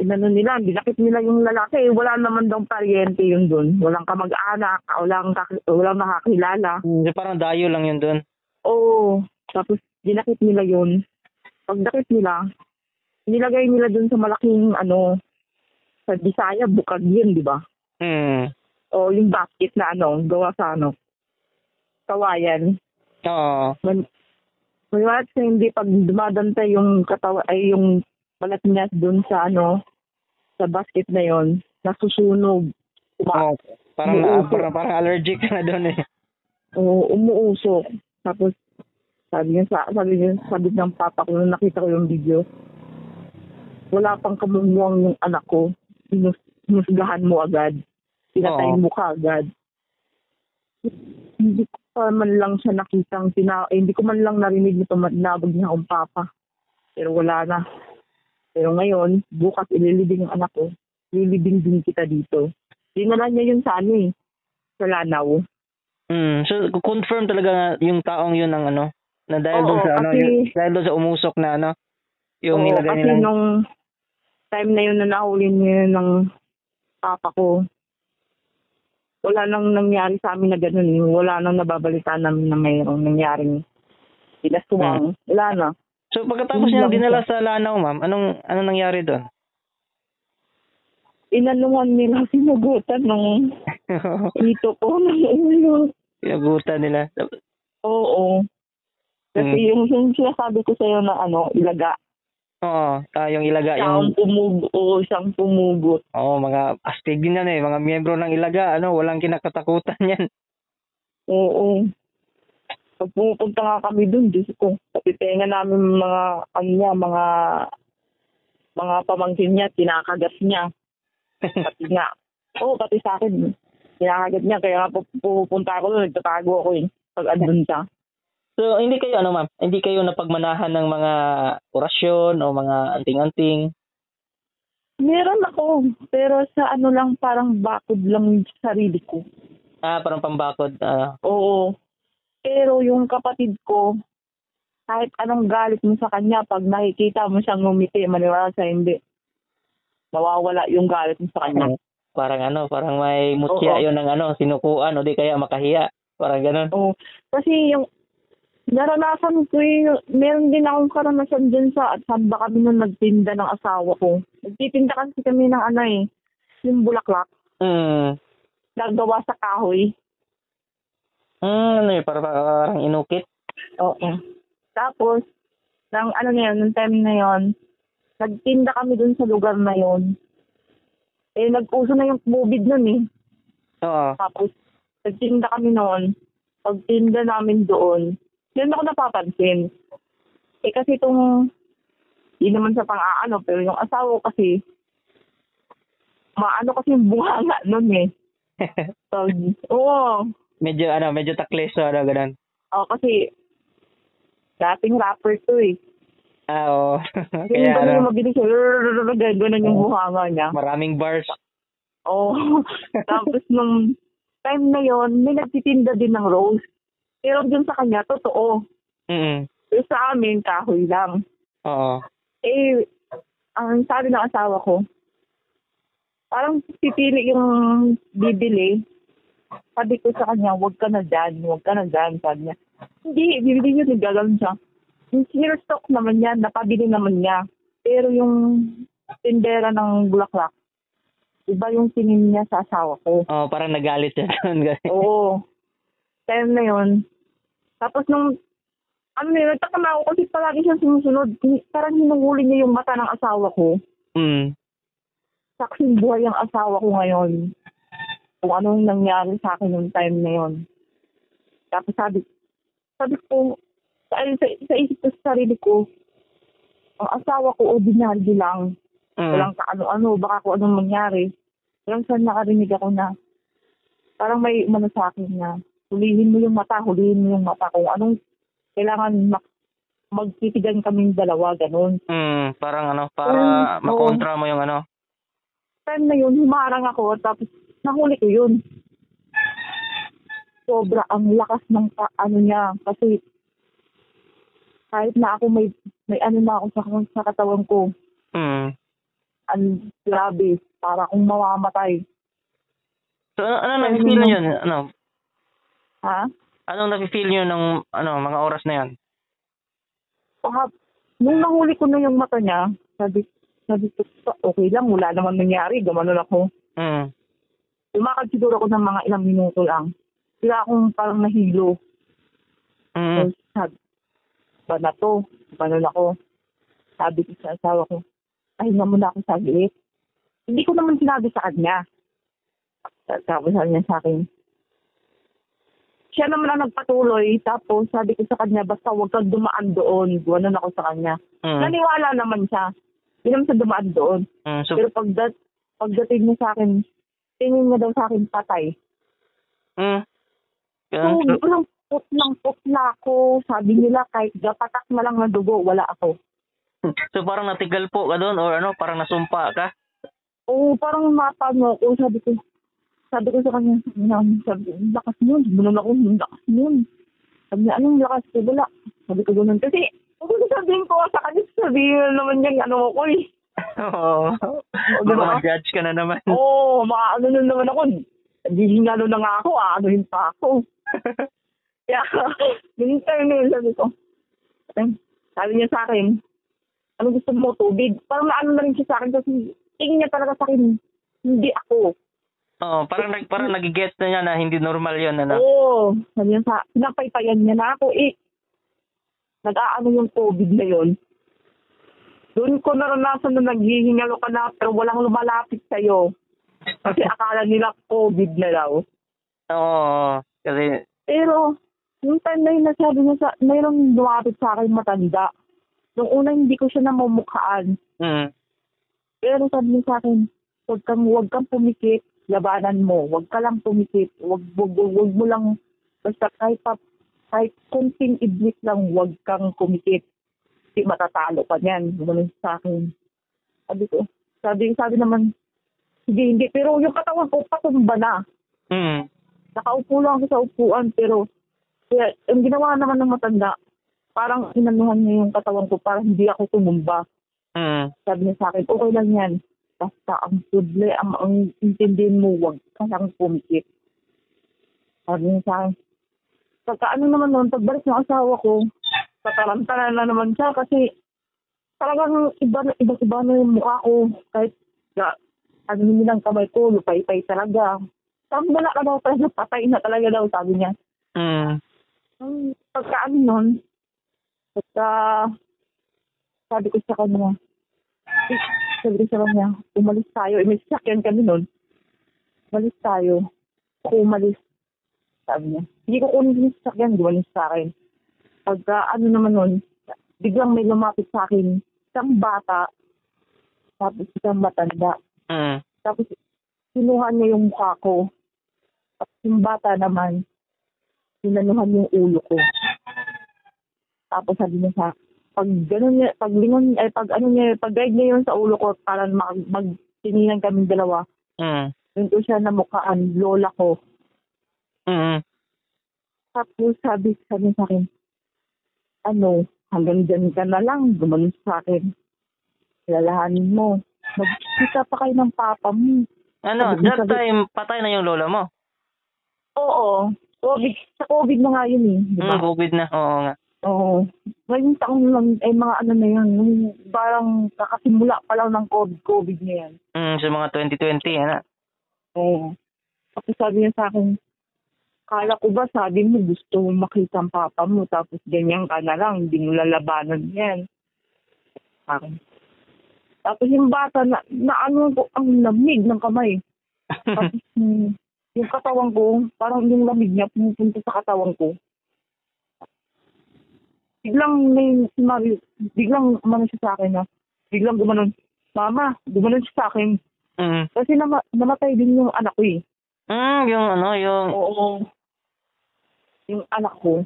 inano nila, binakit nila yung lalaki, Eh, wala naman daw paryente yun doon. Walang kamag-anak, walang, kak- walang nakakilala. Hindi, parang dayo lang yun doon. Oo. Tapos dinakit nila yun. Pagdakit nila, nilagay nila doon sa malaking ano, sa Bisaya, bukag yun, di ba? Mm. O yung basket na ano, gawa sa ano, kawayan. Oo. Man, maniwala sa hindi pag dumadanta yung katawa ay yung balat niya doon sa ano sa basket na yon nasusunog uma, Oo. Parang, na, Buo. parang, parang allergic ka na doon eh. oo, umuusok tapos sabi niya sa sabi niya sabi ng papa ko nung nakita ko yung video wala pang kamumuang yung anak ko Inus, inusgahan mo agad pinatay Oo. mo ka agad hindi ko pa man lang siya nakitang pina, eh, hindi ko man lang narinig na tumadnabog niya akong papa pero wala na pero ngayon bukas ililibing ang anak ko lilibing din kita dito dinala niya yun sa ano eh sa Lanao Mm. So, confirm talaga nga yung taong yun ang ano. Na dahil doon Oo, sa ano, kasi- yung- dahil doon sa umusok na ano, yung Oo, nilagay kasi nilang... nung time na yun na nahuli niya ng papa ko, wala nang nangyari sa amin na ganun. eh. Wala nang nababalita namin na mayroong nangyaring Hmm. pinasuwang. Wala na. So, pagkatapos Hindi niyang lang dinala sa lanaw, ma'am, anong, anong nangyari doon? Inanungan nila sinugutan ng ito ko ng ulo. Pinagutan nila. Oo. Kasi Hmm. yung, yung sinasabi ko sa'yo na ano, ilaga. Oo, ah, yung ilaga, Siya ang yung... pumugo, oo, siya ang pumugot. Oo, mga astig din yan eh. Mga miyembro ng ilaga, ano, walang kinakatakutan yan. Oo. Pag pumupunta nga kami dun, Diyos ko, kapitenga namin mga, ano niya, mga, mga pamangkin niya, tinakagat niya. Pati nga, oo, pati sa akin, tinakagat niya. Kaya nga pu- pupunta ako dun, nagtatago ako eh, pag andun siya. So, hindi kayo, ano ma'am, hindi kayo napagmanahan ng mga orasyon o mga anting-anting. Meron ako, pero sa ano lang, parang bakod lang yung sarili ko. Ah, parang pambakod. Ah, Oo. Pero yung kapatid ko, kahit anong galit mo sa kanya, pag nakikita mo siyang ngumiti, maniwala sa hindi. Mawawala yung galit mo sa kanya. parang ano, parang may Mm. Oo. mutya yun ng ano, sinukuan o di kaya makahiya. Parang ganun. Oo. Kasi yung naranasan ko eh, meron din akong karanasan dyan sa at samba kami nung nagtinda ng asawa ko. Nagtitinda kasi kami ng ano eh, yung bulaklak, Mm. gagawa sa kahoy. Mm, ano yun, parang, parang inukit. Oo. Tapos, ng ano na yun, ng time na yun, nagtinda kami dun sa lugar na yun. Eh, nag-uso na yung COVID nun eh. Oo. Tapos, nagtinda kami noon. Pagtinda namin doon, yun ako napapansin. Eh, kasi itong, di naman sa pang-aano, ano, pero yung asawa ko kasi, maano kasi yung bunganga nun eh. So, oo. medyo ano, medyo takles so, ano, ganun. Oo, kasi, dating rapper to eh. Ah, oo. Kaya kaya ano, yung mabilis, eh. rrrr, ganun yung buhanga niya. maraming bars. Oo. Tapos nung time na yon may nagtitinda din ng rose. Pero dun sa kanya, totoo. Mm. Pero sa amin, kahoy lang. Oo. Eh, ang sabi ng asawa ko, parang pipili yung bibili. Sabi ko sa kanya, huwag ka na dyan, huwag ka na dyan. Sabi niya, hindi, bibili niya, nagagalan siya. Yung senior stock naman niya, napabili naman niya. Pero yung tindera ng bulaklak, iba yung tingin niya sa asawa ko. Oo, parang nagalit siya. Ganun, ganun. Oo. Time na yun. Tapos nung, ano yun, nagtaka na ako kasi palagi siyang sumusunod. Ni- Parang hinuhuli niya yung mata ng asawa ko. Mm. Saksing buhay ang asawa ko ngayon. Kung anong nangyari sa akin nung time na yun. Tapos sabi, sabi ko, sa, sa, sa isip ko sa sarili ko, ang asawa ko ordinary lang. Mm. Walang kaano-ano, baka kung anong mangyari. Walang saan nakarinig ako na parang may umano sa akin na hulihin mo yung mata, hulihin mo yung mata. Kung anong kailangan mak- magtitigan kaming dalawa, ganun. Mm, parang ano, para Mm, oo. makontra mo yung ano. Time na yun, humarang ako, tapos nahuli ko yun. Sobra ang lakas ng pa, ano niya, kasi kahit na ako may may ano na ako sa, sa katawan ko, Mm. ang grabe, para akong mamamatay. So, ano, ano Parang na-feel yun. nyo yun? Ano, Ha? anong na-feel nyo ng ano, mga oras na yan? Baka, Ah, nung nahuli ko na yung mata niya, sabi, sabi ko, "Pa- okay lang, wala naman nangyari, gumanon ako. Mm. Lumakad siguro ako ng mga ilang minuto lang. Sila akong parang nahilo. So, Mm. sabi, ba na to? Gumanon ako. Sabi ko sa asawa ko, ay na muna ako saglit. Hindi ko naman sinabi sa kanya. Sa- Sabi sa niya sa akin, siya naman ang nagpatuloy, tapos sabi ko sa kanya, basta huwag kang dumaan doon. Gumanon ako sa kanya. Mm. Naniwala naman siya. Hindi naman siya dumaan doon. Mm. So, Pero pagdat, pagdating niya sa akin, tingin niya daw sa akin patay. mm. So, Ganun. parang put lang put na ako. Sabi nila, kahit gapatak na lang na dugo, wala ako. So, parang natigal po ka doon or ano, parang nasumpa ka? Oo, Oh, parang mapano ako. Sabi ko, sabi ko sa kanya, sabi niya, sabi, "Ang lakas nun. Bunun ako, "Ang lakas nun. Sabi niya, anong lakas ko? Wala. Sabi ko ganun. Kasi, kung sasabihin ko sa kanya, sabihin naman niya, ano ako eh. Oo. diba? Baka ma-judge ka na naman. Oo, oh, makaano na naman ako. Dihingalo na nga ako, aanohin pa ako. Kaya, yung time na yun, sabi ko, "Ay," sabi niya sa akin, ano gusto mo, tubig? Parang naano na rin siya sa akin kasi tingin niya talaga sa akin, hindi ako. Oo, parang, nag, parang nagiget na niya na hindi normal yun, ano. Oo, sabi niya sa, pinapaypayan niya na ako eh. Nag-aano yung COVID na yun. Doon ko naranasan na naghihingalo ka na pero walang lumalapit sa'yo. Kasi akala nila COVID na daw. Oo. Kasi, Pero, yung time na yun, nasabi niya sa, mayroong lumapit sa akin matanda. Nung una, hindi ko siya namumukhaan. mm. Pero sabi niya sa akin, huwag kang, huwag kang pumikit, labanan mo. Huwag ka lang pumikit. Huwag, huwag, huwag, huwag mo lang, basta kahit pa, kahit kunting iblis lang, huwag kang kumikit. Kasi matatalo ka niyan. Gumanon siya sa akin. Sabi ko, Sabi, sabi naman, sige, hindi. Pero yung katawan ko, patumba na. Mm. Nakaupo lang ako sa upuan, pero kaya, ang ginawa naman ng matanda, parang inanuhan niya yung katawan ko para hindi ako tumumba. Mm. Sabi niya sa akin, okay lang yan. Basta ang sudle, ang, ang intindihin mo, wag ka lang pumikit. Sabi niya sa akin, pagka ano naman noon, pagbalik ng asawa ko, tataranta na, na naman siya kasi talagang iba na iba, iba na yung mukha ko. Kahit na, ano yun lang kamay ko, lupay-pay talaga. Sabi wala ka daw talaga, patay na talaga daw, sabi niya. Mm. Ang pagka ano nun, pagka sabi ko sa kanya, eh, sabi ko sa kanya, umalis tayo. Eh, may sasakyan kami nun. Umalis tayo. Ako umalis. Sabi niya, hindi ko kunin yung sasakyan, gumalis sa akin. Pagka ano naman nun, biglang may lumapit sa akin, isang bata, tapos isang matanda. Mm. Tapos, kinuha niya yung mukha ko. Tapos yung bata naman, sinanuhan yung ulo ko. Tapos sabi niya sa, pag ganun niya, pag lingon, ay pag ano niya, pag guide niya yun sa ulo ko, para mag, magtinilan kami dalawa. Mm. Yun ko siya namukhaan, lola ko. Mm. Tapos sabi, sabi sa akin, ano, hanggang dyan ka na lang, gumanon sa akin. Lalahanin mo. Magkita pa kayo ng papa mo. Ano, Sabi- that sabi- time, patay na yung lola mo. Oo. COVID, sa COVID na nga yun eh. Di ba? Mm, COVID na, oo nga. Oo. Ngayon taon lang, eh mga ano na yun, yung parang kakasimula pa lang ng COVID, COVID na yan. Mm, sa mga 2020, ano. Oo. Tapos sabi niya sa akin, kala ko ba sabi mo gusto mo makita ang papa mo tapos ganyan ka na lang, hindi mo lalabanan yan. Parang. Tapos yung bata na, na ano ko, ang lamig ng kamay. Tapos yung, Hmm. yung katawan ko, parang yung lamig niya pumupunta sa katawan ko. Biglang may, mari, biglang umano siya sa akin na, biglang gumanon, Mama, gumanon siya sa akin. mm. Kasi nama, namatay din yung anak ko eh. Mm, yung ano, yung... Oo. Yung anak ko.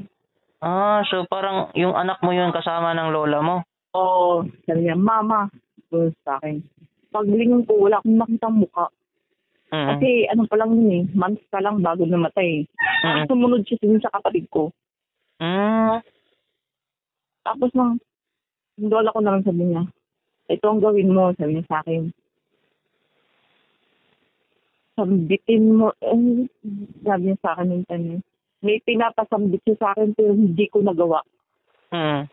Ah, so parang yung anak mo yun kasama ng lola mo. Oo. Sabi niya, Mama, gumanon siya sa akin. Paglingon ko, wala akong makita mukha. Mm. Kasi ano pa lang yun eh, months pa lang bago namatay. Mm. Sumunod siya dun sa kapatid ko. Mm. Tapos nang, yung lola ko naman sabi niya, ito ang gawin mo, sabi niya sa akin. Sambitin mo, eh, sabi niya sa akin yung tanong. May pinapasambit siya sa akin pero hindi ko nagawa. Mm.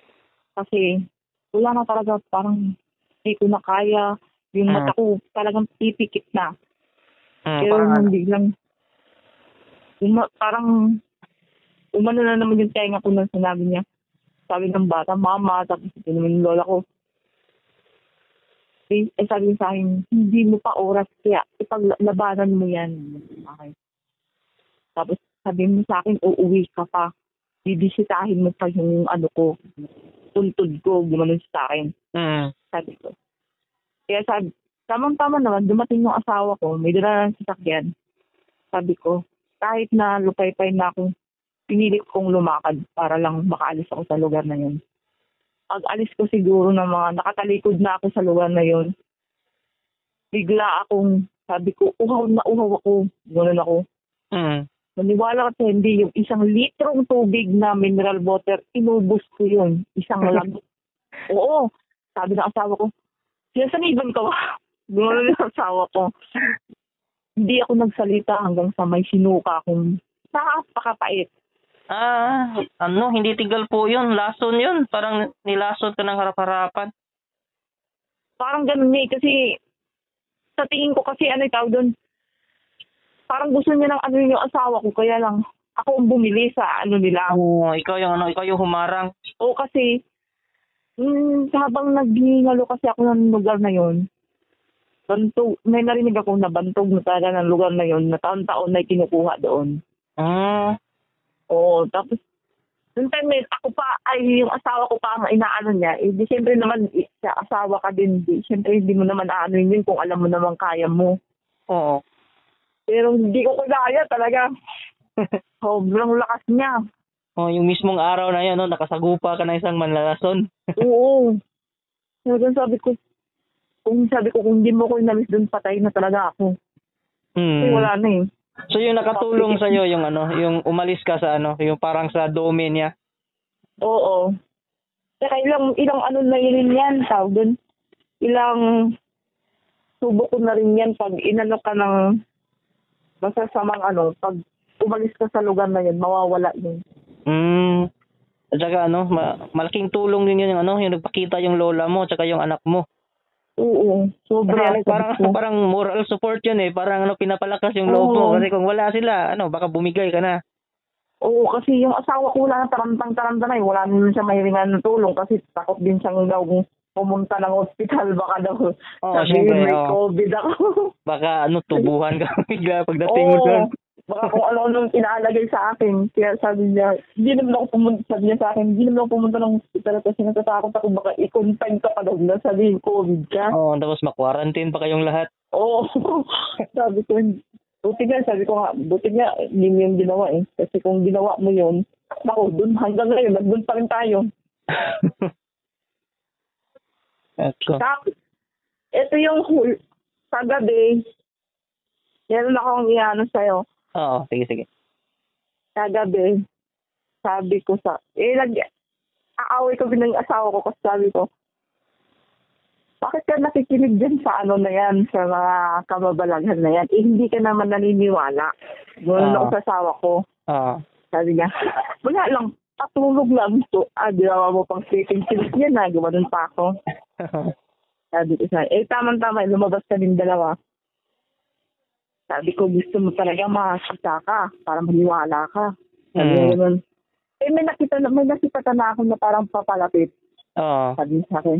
Kasi wala na talaga parang hindi ko na kaya. Yung Mm. mata ko talagang pipikit na. Mm. Pero Parang, nung biglang, uma, parang, umano na naman yung tenga ko nang sinabi niya. Sabi ng bata, mama, tapos ito naman yung lola ko. Eh, eh, sabi niya sa akin, hindi mo pa oras, kaya ipaglabanan mo yan. Okay. Tapos sabi mo sa akin, uuwi ka pa. Bibisitahin mo pa yung ano ko, tuntod ko, gumanon siya sa akin mm. sabi ko. Kaya sabi, tamang-tama naman, dumating yung asawa ko, may dala ng sasakyan. Sabi ko, kahit na lupay-pay na ako, pinilit kong lumakad para lang makaalis ako sa lugar na yun. Pag alis ko siguro ng mga nakatalikod na ako sa lugar na yun, bigla akong, sabi ko, uhaw na uhaw ako. Ganun ako. Mm. Maniwala ka sa hindi, yung isang litrong tubig na mineral water, inubos ko yun. Isang lamig. Oo. Sabi ng asawa ko, sinasaniban ka ba? Gano'n yung asawa ko. Hindi ako nagsalita hanggang sa may sinuka akong taas pakapait. Ah, ano, hindi tigal po yun. Lason yun. Parang nilason ka ng harap-harapan. Parang ganun niya eh, kasi sa tingin ko kasi ano yung tawag doon, parang gusto niya ng ano yung asawa ko, kaya lang ako ang bumili sa ano nila. Oo, ikaw yung ano, ikaw yung humarang. Oo, kasi mm, habang naghihingalo kasi ako ng lugar na yon, bantog, may narinig ako na bantog na talaga ng lugar na yon na taon-taon na kinukuha doon. Mm. Oo, tapos nung time na yun, ako pa, ay yung asawa ko pa ang inaano niya, eh di syempre naman, eh, sa asawa ka din, di, syempre hindi mo naman aano yun kung alam mo naman kaya mo. Oo. Pero hindi ko kaya talaga. Sobrang lakas niya. Oh, yung mismong araw na yun, no, nakasagupa ka na isang manlalason. Oo. Hanggang sabi ko, Kung sabi ko, kung hindi mo ko inalis doon, patay na talaga ako. Kasi Hmm. wala na eh. So yung nakatulong sa yung ano, yung umalis ka sa ano, yung parang sa domain niya. Oo. Saka ilang, ilang ano na rin yan, tawag doon. Ilang subok ko na rin yan pag inano ka ng masasamang ano, pag umalis ka sa lugar na yun, mawawala yun. Mm. At saka ano, ma- malaking tulong din yun yung ano, yung nagpakita yung lola mo at saka yung anak mo. Oo, sobra. Kasi ano, parang sabi ko. parang moral support yun eh. Parang ano pinapalakas yung loob mo Oo. kasi kung wala sila, ano, baka bumigay ka na. Oo, kasi yung asawa ko wala na tarantang-taranta na eh. Wala naman siya mahiringan ng tulong kasi takot din siyang daw pumunta ng ospital. Baka daw Oo, sabihin may syempre. oo. COVID ako. Baka ano tubuhan ka bigla pagdating mo Oo, doon. baka kung ano-ano yung inaalagay sa akin. Kaya sabi niya, hindi naman ako pumunta, sabi niya sa akin, hindi naman ako pumunta ng ospital kasi natatakot ako baka i-confine ka pa daw na sabihin COVID ka. Oo, tapos ma-quarantine pa kayong lahat. Oo. sabi ko, buti nga, sabi ko nga, buti nga, hindi mo yung ginawa eh. Kasi kung ginawa mo yun, ako, dun hanggang ngayon, nandun pa rin tayo. Ako. Tapos, ito yung hul, sa gabi, meron akong iano sa'yo, Oo, sige sige. sa gabi, sabi ko sa, eh, nag, aaway ko ng asawa ko kasi sabi ko, bakit ka nakikinig dyan sa ano na yan, sa mga kababalaghan na yan? Eh, hindi ka naman naniniwala. Ganun Ah. ako sa asawa ko. Oo. Sabi niya, wala lang, patulog lang ito. Ah, ginawa mo pang sleeping pills niya na, gumanon pa ako. Sabi ko sa eh tama-tama, lumabas kaming dalawa. Sabi ko, gusto mo talaga makakita ka para maniwala ka. Sabi Mm. niya ganun. Eh, may nakita na, may nakita ka na ako na parang papalapit. Oo. Sabi niya sa akin,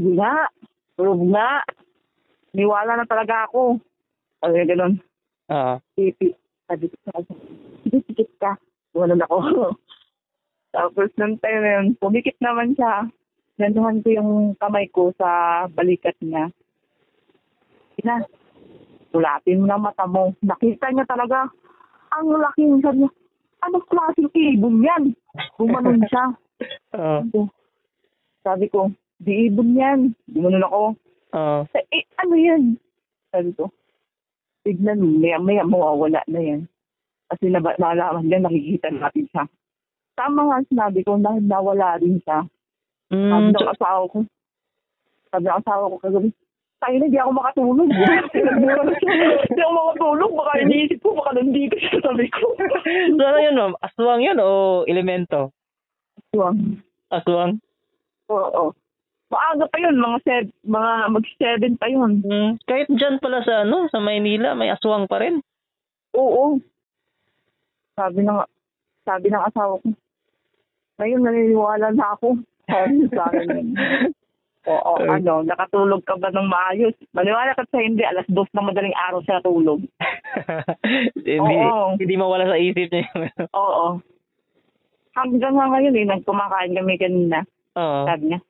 sige nga, prove nga. Niwala na talaga ako. Sabi niya ganun Oo. pipi. Sabi ko sa kanya, sige, sikit ka. Wala na ako. Tapos nung time na yun, pumikit naman siya. Nanduhan ko yung kamay ko sa balikat niya. Ina, tulatin mo na mata mo. Nakita niya talaga. Ang laking sabi niya, anong klaseng ibon yan? Gumanon siya. Oo. Sabi ko, di ibon yan. Gumanon ako. Oo. Sa- Eh, ano yan? Sabi ko, tignan mo, maya, maya mawawala na yan. Kasi naba, nalaman niya, nakikita natin siya. Tama nga sinabi ko, na, nawala rin siya. Sabi Mm, ng so- asawa ko, sabi ng asawa ko kagabi, tayo na, di ako makatulog. di ako makatulog, baka iniisip ko, baka nandito siya, sabi ko. so ano yun ma'am? Aswang yun o elemento? Aswang. Aswang? Oo, oo. Maaga pa yun, mga, sev- mga mag-seven pa yun. Mm, kahit dyan pala sa ano, sa Maynila, may aswang pa rin. Oo. Sabi ng sabi ng asawa ko, ngayon naniniwala na ako. Sabi sa akin. yun. Oo, Okay. ano, nakatulog ka ba ng maayos? Maniwala ka sa hindi, alas dos na madaling araw siya natulog. hindi, Oo. hindi mawala sa isip niya yung ano. Oo. Hanggang nga ngayon eh, nagkumakain kami kanina. Oo. Sabi niya,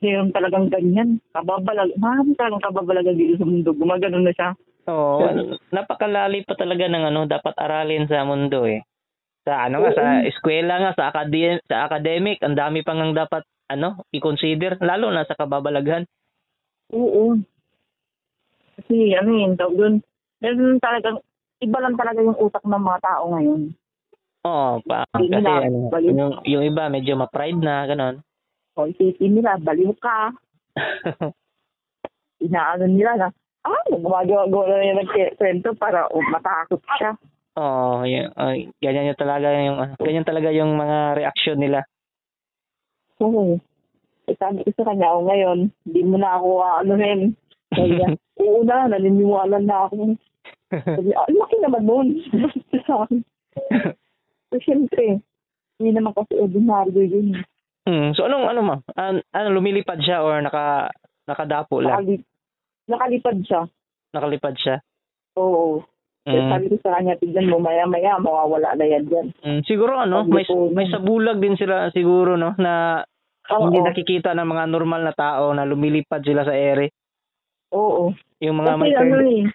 ngayon talagang ganyan. Kababalag, marami talagang kababalagan dito sa mundo. Gumagano na siya. Oo. Napakalali pa talaga ng ano, dapat aralin sa mundo eh. Sa ano nga, sa eskwela nga, sa, academic, sa academic, ang dami pang ang dapat ano, i-consider, lalo na sa kababalaghan. Oo. Kasi ano yun, tawag doon. Meron talagang, iba lang talaga yung utak ng mga tao ngayon. Oo, pa, kasi Hindi na ano, balik. yung, yung iba medyo ma-pride na, ganon. O isipin nila, baliw ka, inaano nila na, ah, gumagawa-gawa na yung nagkwento para oh, matakot siya. Oo, yun, ay, ganyan yung talaga yung ano, ganyan talaga yung mga reaction nila. Oo. Eh, sabi ko sa kanya, oh, ngayon, hindi mo na ako aanuhin. Sabi niya, oo na, naniniwala na ako. Sabi niya, ah, laki naman nun. sa akin. So, syempre, hindi naman kasi ordinaryo yun. Mm, so anong ano ma? An, ano lumilipad siya or naka nakadapo lang? Nakalip, nakalipad siya. Nakalipad siya. Oo. Kaya Mm. Eh, sabi ko sa kanya, tignan mo, maya-maya, mawawala na yan dyan. Mm, siguro ano, may may sabulag din sila siguro no na Oo. hindi nakikita ng mga normal na tao na lumilipad sila sa ere. Oo. Yung mga Kasi may ano eh,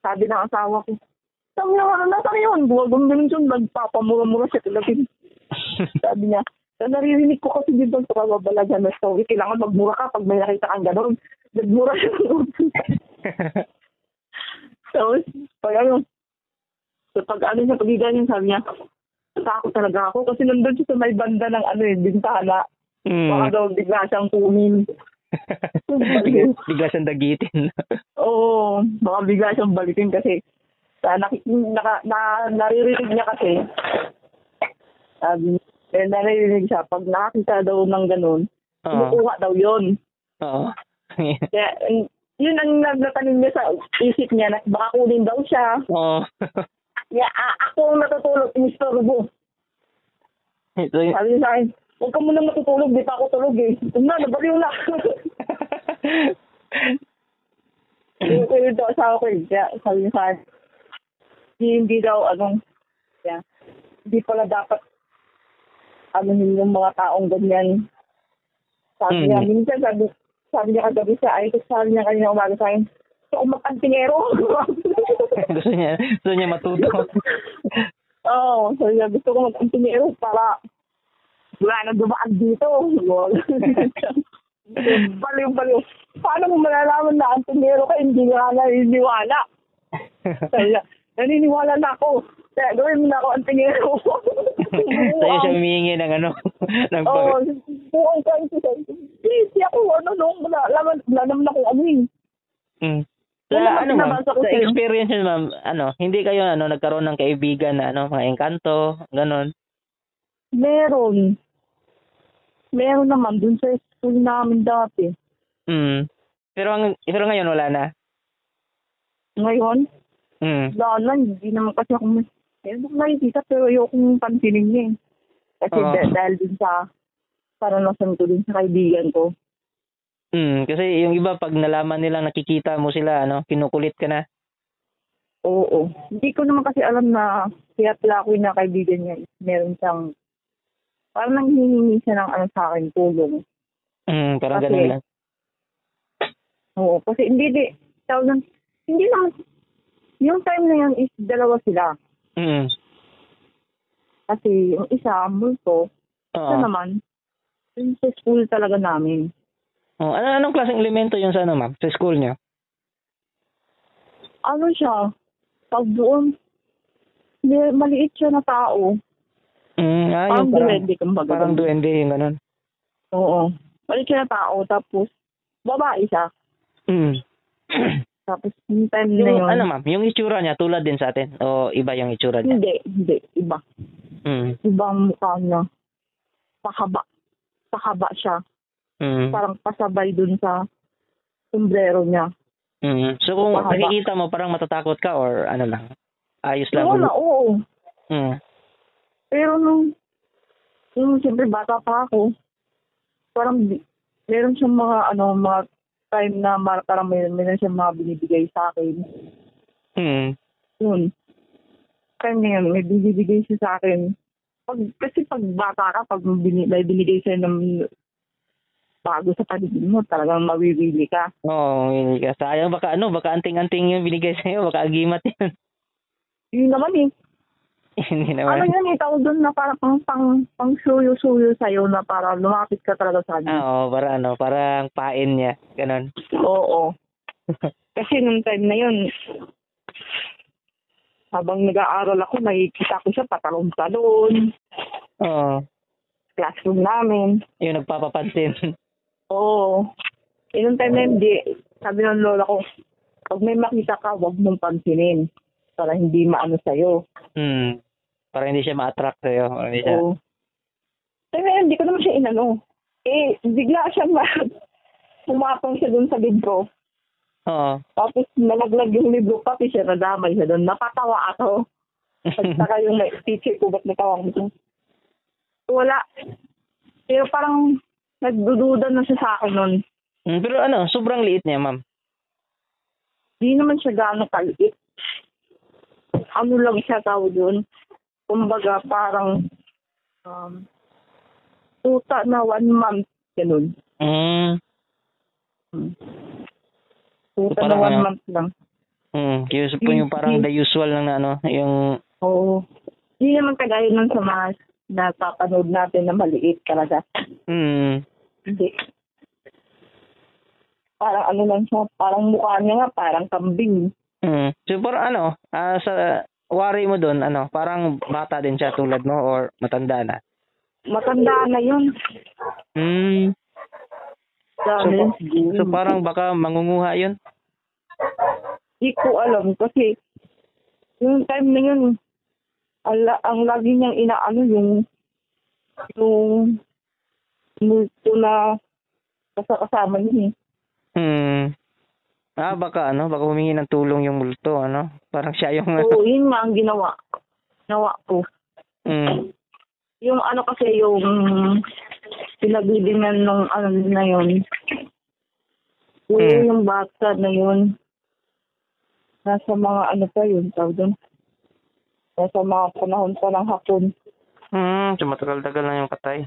sabi ng asawa ko, sabi niya, ano na sa yun? Buwagong ganun yun, nagpapamura-mura siya talaga. sabi niya, So, naririnig ko kasi dito sa kababalagan na story, kailangan magmura ka pag may nakita kang gano'n. Nagmura siya ng utang. Tapos, pag ano, so pag ano siya, pag ganyan, sabi niya, takot talaga ako kasi nandun siya sa may banda ng ano eh, bintana. Baka Mm. daw bigla siyang kunin. bigla, bigla siyang dagitin. Oo, baka bigla siyang balikin kasi sa naki, naka, na, naririnig niya kasi. Um, eh, naririnig siya. Pag nakakita daw ng ganun, Oo. kumukuha daw yon Oo. Kaya, eh, yun ang nagtatanong niya sa isip niya na baka kunin daw siya. Oo. Kaya a- ako ang natutulog, inistorbo. Ito yun. Sabi niya sa akin, huwag ka muna matutulog, di pa ako tulog eh. Yun na, nabaliw na. Yung kayo daw sa akin, kaya sabi niya sa akin, hindi, hindi daw, anong, kaya, hindi pala dapat, ano yung mga taong ganyan. Sabi niya, Mm. minsan sabi, sabi niya kagabi sa ay, tapos sabi niya kanina umaga sa akin, so, umakantingero. gusto niya, gusto niya matuto. Oo, oh, sabi niya, gusto ko mag-engineer para wala na dumaan dito. Baliw-baliw. Paano mo malalaman na ang tumero ka, hindi nga naniniwala. Sabi niya, naniniwala na ako. Kaya gawin mo na ako ang tumero. Sa'yo siya humingi ng ano, ng Oo, pag- buong kwento siya. Hindi, hindi ako, ano, no, malalaman, wala naman ako, ano eh. Mm. Sa Wala naman ano ma'am, nabasa ko sa sa'yo. experience niyo, ma'am, ano, hindi kayo ano nagkaroon ng kaibigan na ano, mga engkanto, ganun. Meron. Meron naman, dun sa school namin dati. Mm. Pero ang pero ngayon wala na. Ngayon, Mm. Wala lang, hindi naman kasi ako mas... Eh, baka nakikita pero ayokong pansinin niya eh. Kasi Oo. da- dahil din sa naranasan ko din sa kaibigan ko. Mm, kasi yung iba pag nalaman nila nakikita mo sila ano, kinukulit ka na. Oo. Hindi ko naman kasi alam na kaya pala ako yung kaibigan niya. Meron siyang... Parang nang hihingi siya ng ano sa akin, tulong. Mm, parang Kasi- ganun lang. Oo. Kasi hindi, di, thousand, hindi naman... Yung time na yun is dalawa sila. Mm. Kasi yung isa, multo. Oo. Isa naman, yung sa school talaga namin. Oo. Ano anong klaseng elemento yun sa ano, ma'am? Sa school niyo? ano siya, pag doon, li- maliit siya na tao. Mm, ah, parang yung parang, duwende, kumbaga. parang duwende yung ganun. Oo. Maliit siya na tao, tapos, babae siya. Mm. Tapos, yung time na yung yun, ano, ma'am, yung itsura niya tulad din sa atin o iba yung itsura niya? hindi, hindi, iba. Mm. Iba ang mukha niya. Pahaba. Pahaba siya. Mm. Parang pasabay dun sa sombrero niya. Mm. So kung Mahaba. nakikita mo parang matatakot ka or ano lang. Ayos lang. Oo na, oo. Mm. Pero nung, nung siyempre bata pa ako, parang bi- meron siyang mga, ano, mga time na mar- parang meron, meron siyang mga binibigay sa akin. Mm. Yun. Time na yun, may binibigay siya sa akin. Pag, kasi pag bata ka, pag bini- may binigay sa'yo ng bago sa paligid mo, talagang mawiwili ka. Oo, oh, hindi ka. Sayang baka ano, baka anting-anting yung binigay sa'yo, baka agimat yun. Yun naman eh. hindi Ano naman. yun eh, tawag doon na para pang, pang, pang suyo-suyo sa'yo na para lumapit ka talaga sa Ah, akin. Oo, para ano, parang pain niya. Ganon. Oo. Kasi nung time na yun, habang nag-aaral ako, nakikita ko siya patalon-talon, Oo. classroom namin. Yung nagpapapansin. Oo. Eh, nung time na yun, di, sabi ng lola ko, pag may makita ka, huwag mong pansinin para hindi maano sa'yo. hmm. Para hindi siya ma-attract sa'yo. Para Hindi siya. Oo. Time na yun, hindi ko naman siya inano. Eh, bigla siya ma... Pumapang siya dun sa libro. Oo. Tapos nalaglag yung libro, pati siya nadamay siya dun. Napatawa ako. Saka yung may teacher ko, ba't natawag mo? Wala. Pero parang nagdududa na siya sa akin nun. Mm, Pero ano, sobrang liit niya, ma'am. Di naman siya gaano kaliit. Ano lang siya tawag yun. Kumbaga parang um, tuta na one month. Ganun. Hmm. Mm. Tuta na Parang one ano? month lang. Mm. Yung, yung parang the usual lang na ano, yung Oo. Di naman kagaya nun sa mga napapanood natin na maliit talaga. Mm. Hindi. Parang ano lang siya, parang mukha niya nga, parang kambing. Mm. Siguro ano, ah, sa worry mo dun, ano, parang bata din siya tulad mo or matanda na. Matanda na yun. Mm. Dami. So parang baka mangunguha yun. Hindi ko alam kasi yung time na yun, ang, la- ang lagi niyang inaano yung yung multo na kasama niya eh. Mm. Ah, baka ano, baka humingi ng tulong yung multo, ano? Parang siya yung... Oo, yun nga ang ginawa. Ginawa ko. mm. Yung ano kasi yung pinagbibingan nung ano na yun. Yung, Hmm. yung bata na yun. Nasa mga ano pa yun, tawag doon. Nasa mga panahon pa ng hapon. Mm, so matagal-tagal na yung patay.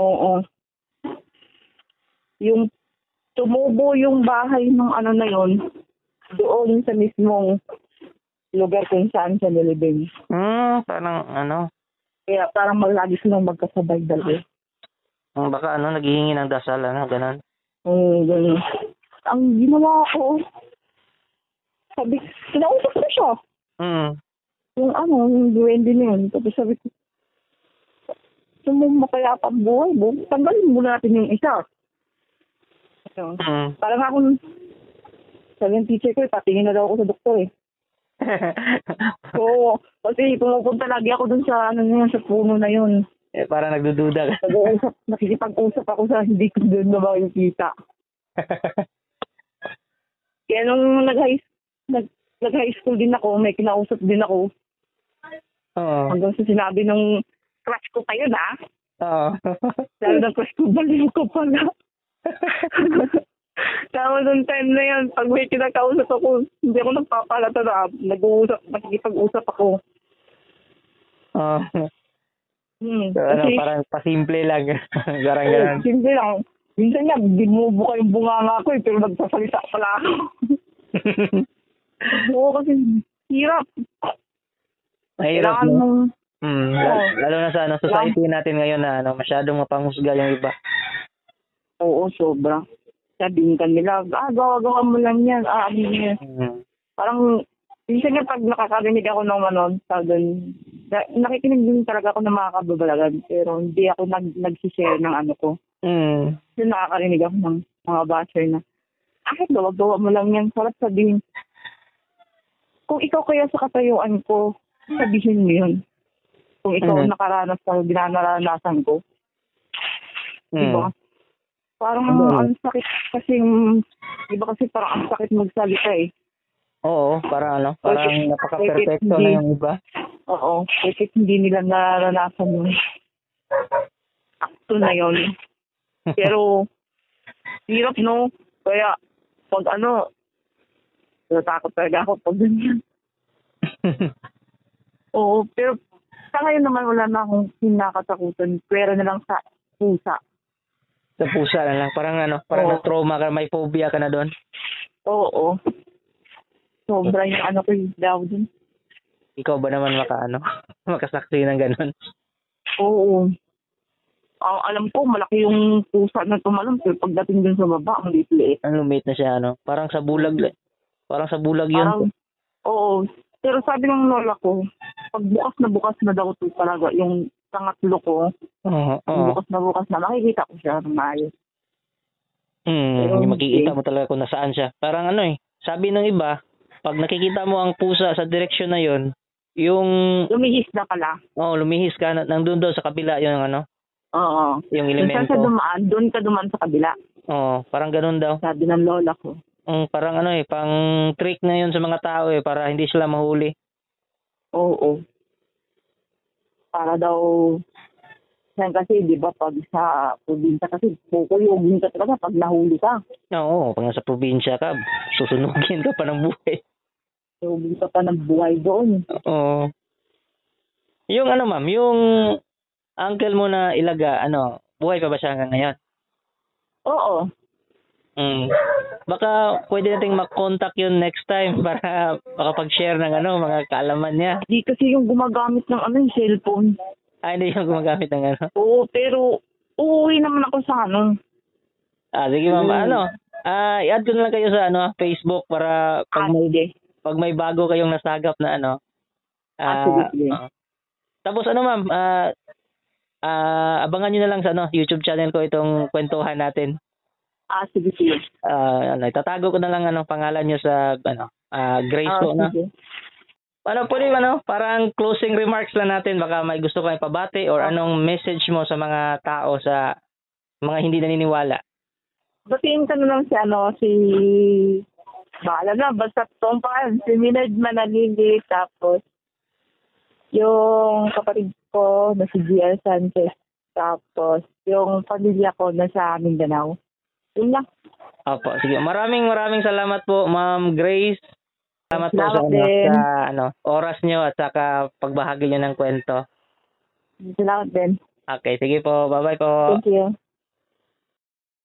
Oo. Yung tumubo yung bahay ng ano na yon doon sa mismong lugar kung saan siya nilibing. Mm, parang ano, Kaya parang maglagi silang magkasabay dalawa. mm, baka ano, naghihingi ng dasal, ano, ganun. Mm, ganun. Ang ginawa ko, sabi, kinausap ko siya. Mm. Yung ano, yung duwende na yun. Tapos sabi ko, sumumba kaya pa ang buhay mo, tanggalin muna natin yung isa. Ayun. Mm. Parang akong, sabi ng teacher ko, eh, patingin na daw ako sa doktor eh. Oo, kasi pumupunta lagi ako dun sa, ano na yun, sa puno na yun. eh, parang nagdududa ka. Nag-uusap, nakikipag-usap ako sa hindi ko dun na makikita. Kaya nung nag-high, nag, nag-high school din ako, may kinausap din ako. Oo. Hanggang sa sinabi ng crush ko pa yun ah. Oo. Sabi ng crush ko, baliw ko pala. Tama nung time na yan, pag may kinakausap ako, hindi ako nagpapalata na nag-uusap, nakikipag-usap ako. Oo. Hmm. So, ano, Kasi, parang pasimple lang. parang ganun. simple lang. Eh, ah, Minsan nga, binubo ka yung bunganga ko eh, pero nagsasalita pala ako. Oo, kasi hirap. Mahirap, Kailangan no? mong, Mm, lalo, lalo na sa ano, society natin ngayon na ano, masyadong mapanghusga yung iba. oo, sobra. Sabihin ka nila, ah, gawa-gawa mo lang yan, ah, ano yan. Mm. Parang, minsan nga pag nakakarinig ako ng ano, sa doon, na, nakikinig din talaga ako ng mga kababalagan, pero hindi ako nag, nagsishare ng ano ko. Mm. Kasi nakakarinig ako ng mga basher na, ah, gawa-gawa mo lang yan, sarap sabihin. Kung ikaw kaya sa katayuan ko, sabihin mo yun. Kung ikaw Mhm. ang nakaranas sa ginanaranasan ko, Mm. diba? Parang Oo. ang sakit kasi, iba kasi parang ang sakit magsalita eh. Oo, parang ano, parang napaka-perfecto na yung iba. Oo, kasi hindi nila naranasan yung akto na yon. Pero, hirap no? Kaya, pag ano, natakot talaga ako pag ganyan. Oo, pero sa ngayon naman wala na akong kinakatakutan. Pwera na lang sa pusa. sa pusa na lang. Parang ano, parang Oo. na-trauma ka, may phobia ka na doon. Oo. Sobra yung ano ko yung daw dun. Ikaw ba naman maka ano, makasaksi ng ganun? Oo. Ah, alam ko, malaki yung pusa na tumalon. Pero pagdating dun sa baba, ang liit-liit. Ang lumit na siya ano, parang sa bulag, li- parang sa bulag Parang, yun. oo. Pero sabi ng lola ko, pag bukas na bukas na daw ito talaga, yung tangatlo ko, Oo, yung oo. bukas na bukas na, makikita ko siya ng maayos. Pero Mm, yung makikita hindi. mo talaga kung nasaan siya. Parang ano eh, sabi ng iba, pag nakikita mo ang pusa sa direksyon na yun, yung, Lumihis na pala. oh, lumihis ka, na- nandun daw sa kabila yung ano, Oo. yung Kung saan ka elemento. dumaan, doon ka dumaan sa kabila. Oo, parang ganun daw. Sabi ng lola ko. Mm, parang ano eh, pang trick na yun sa mga tao eh, para hindi sila mahuli. Oo. Para daw, yan kasi, di ba, pag sa probinsya kasi, kukuyogin ka talaga pag nahuli ka. Ah, Oo, pag nasa probinsya ka, susunugin ka pa ng buhay. Kuyogin ka pa ng buhay doon. Oo. Yung ano ma'am, yung uncle mo na ilaga, ano, buhay pa ba siya hanggang ngayon? Oo. Mm. Baka pwede nating makontak yun next time para makapag-share ng ano, mga kaalaman niya. Di kasi yung gumagamit ng ano, yung cellphone. Ay, hindi yung gumagamit ng ano. Oo, pero uuwi naman ako sa ano. Ah, sige ma'am. Mm. Ano? Ah, i-add ko na lang kayo sa ano, Facebook para pag, Ano hindi. pag may bago kayong nasagap na ano. Ah, sige, sige. oo. Tapos ano ma'am, ah ah, abangan nyo na lang sa ano, YouTube channel ko itong kwentuhan natin. Ah, sige, sige. Ah, ano, itatago ko na lang anong pangalan nyo sa ano, ah, Grace Ah, ko na. sige. Ano po rin, ano, parang closing remarks lang natin. Baka may gusto kang ipabati or anong message mo sa mga tao sa mga hindi naniniwala. Batiin ka na lang si ano, si... Bahala na, basta tong pangalan, si Minard Manalili, tapos yung kapatid ko na si GL Sanchez, tapos yung pamilya ko na sa Mindanao. Yun lang. Opo, sige. Maraming maraming salamat po, Ma'am Grace. Salamat, po sa, Salamat ano, din. sa, ano, oras nyo at saka pagbahagi nyo ng kwento. Salamat din. Okay, sige po. Bye-bye po. Thank you.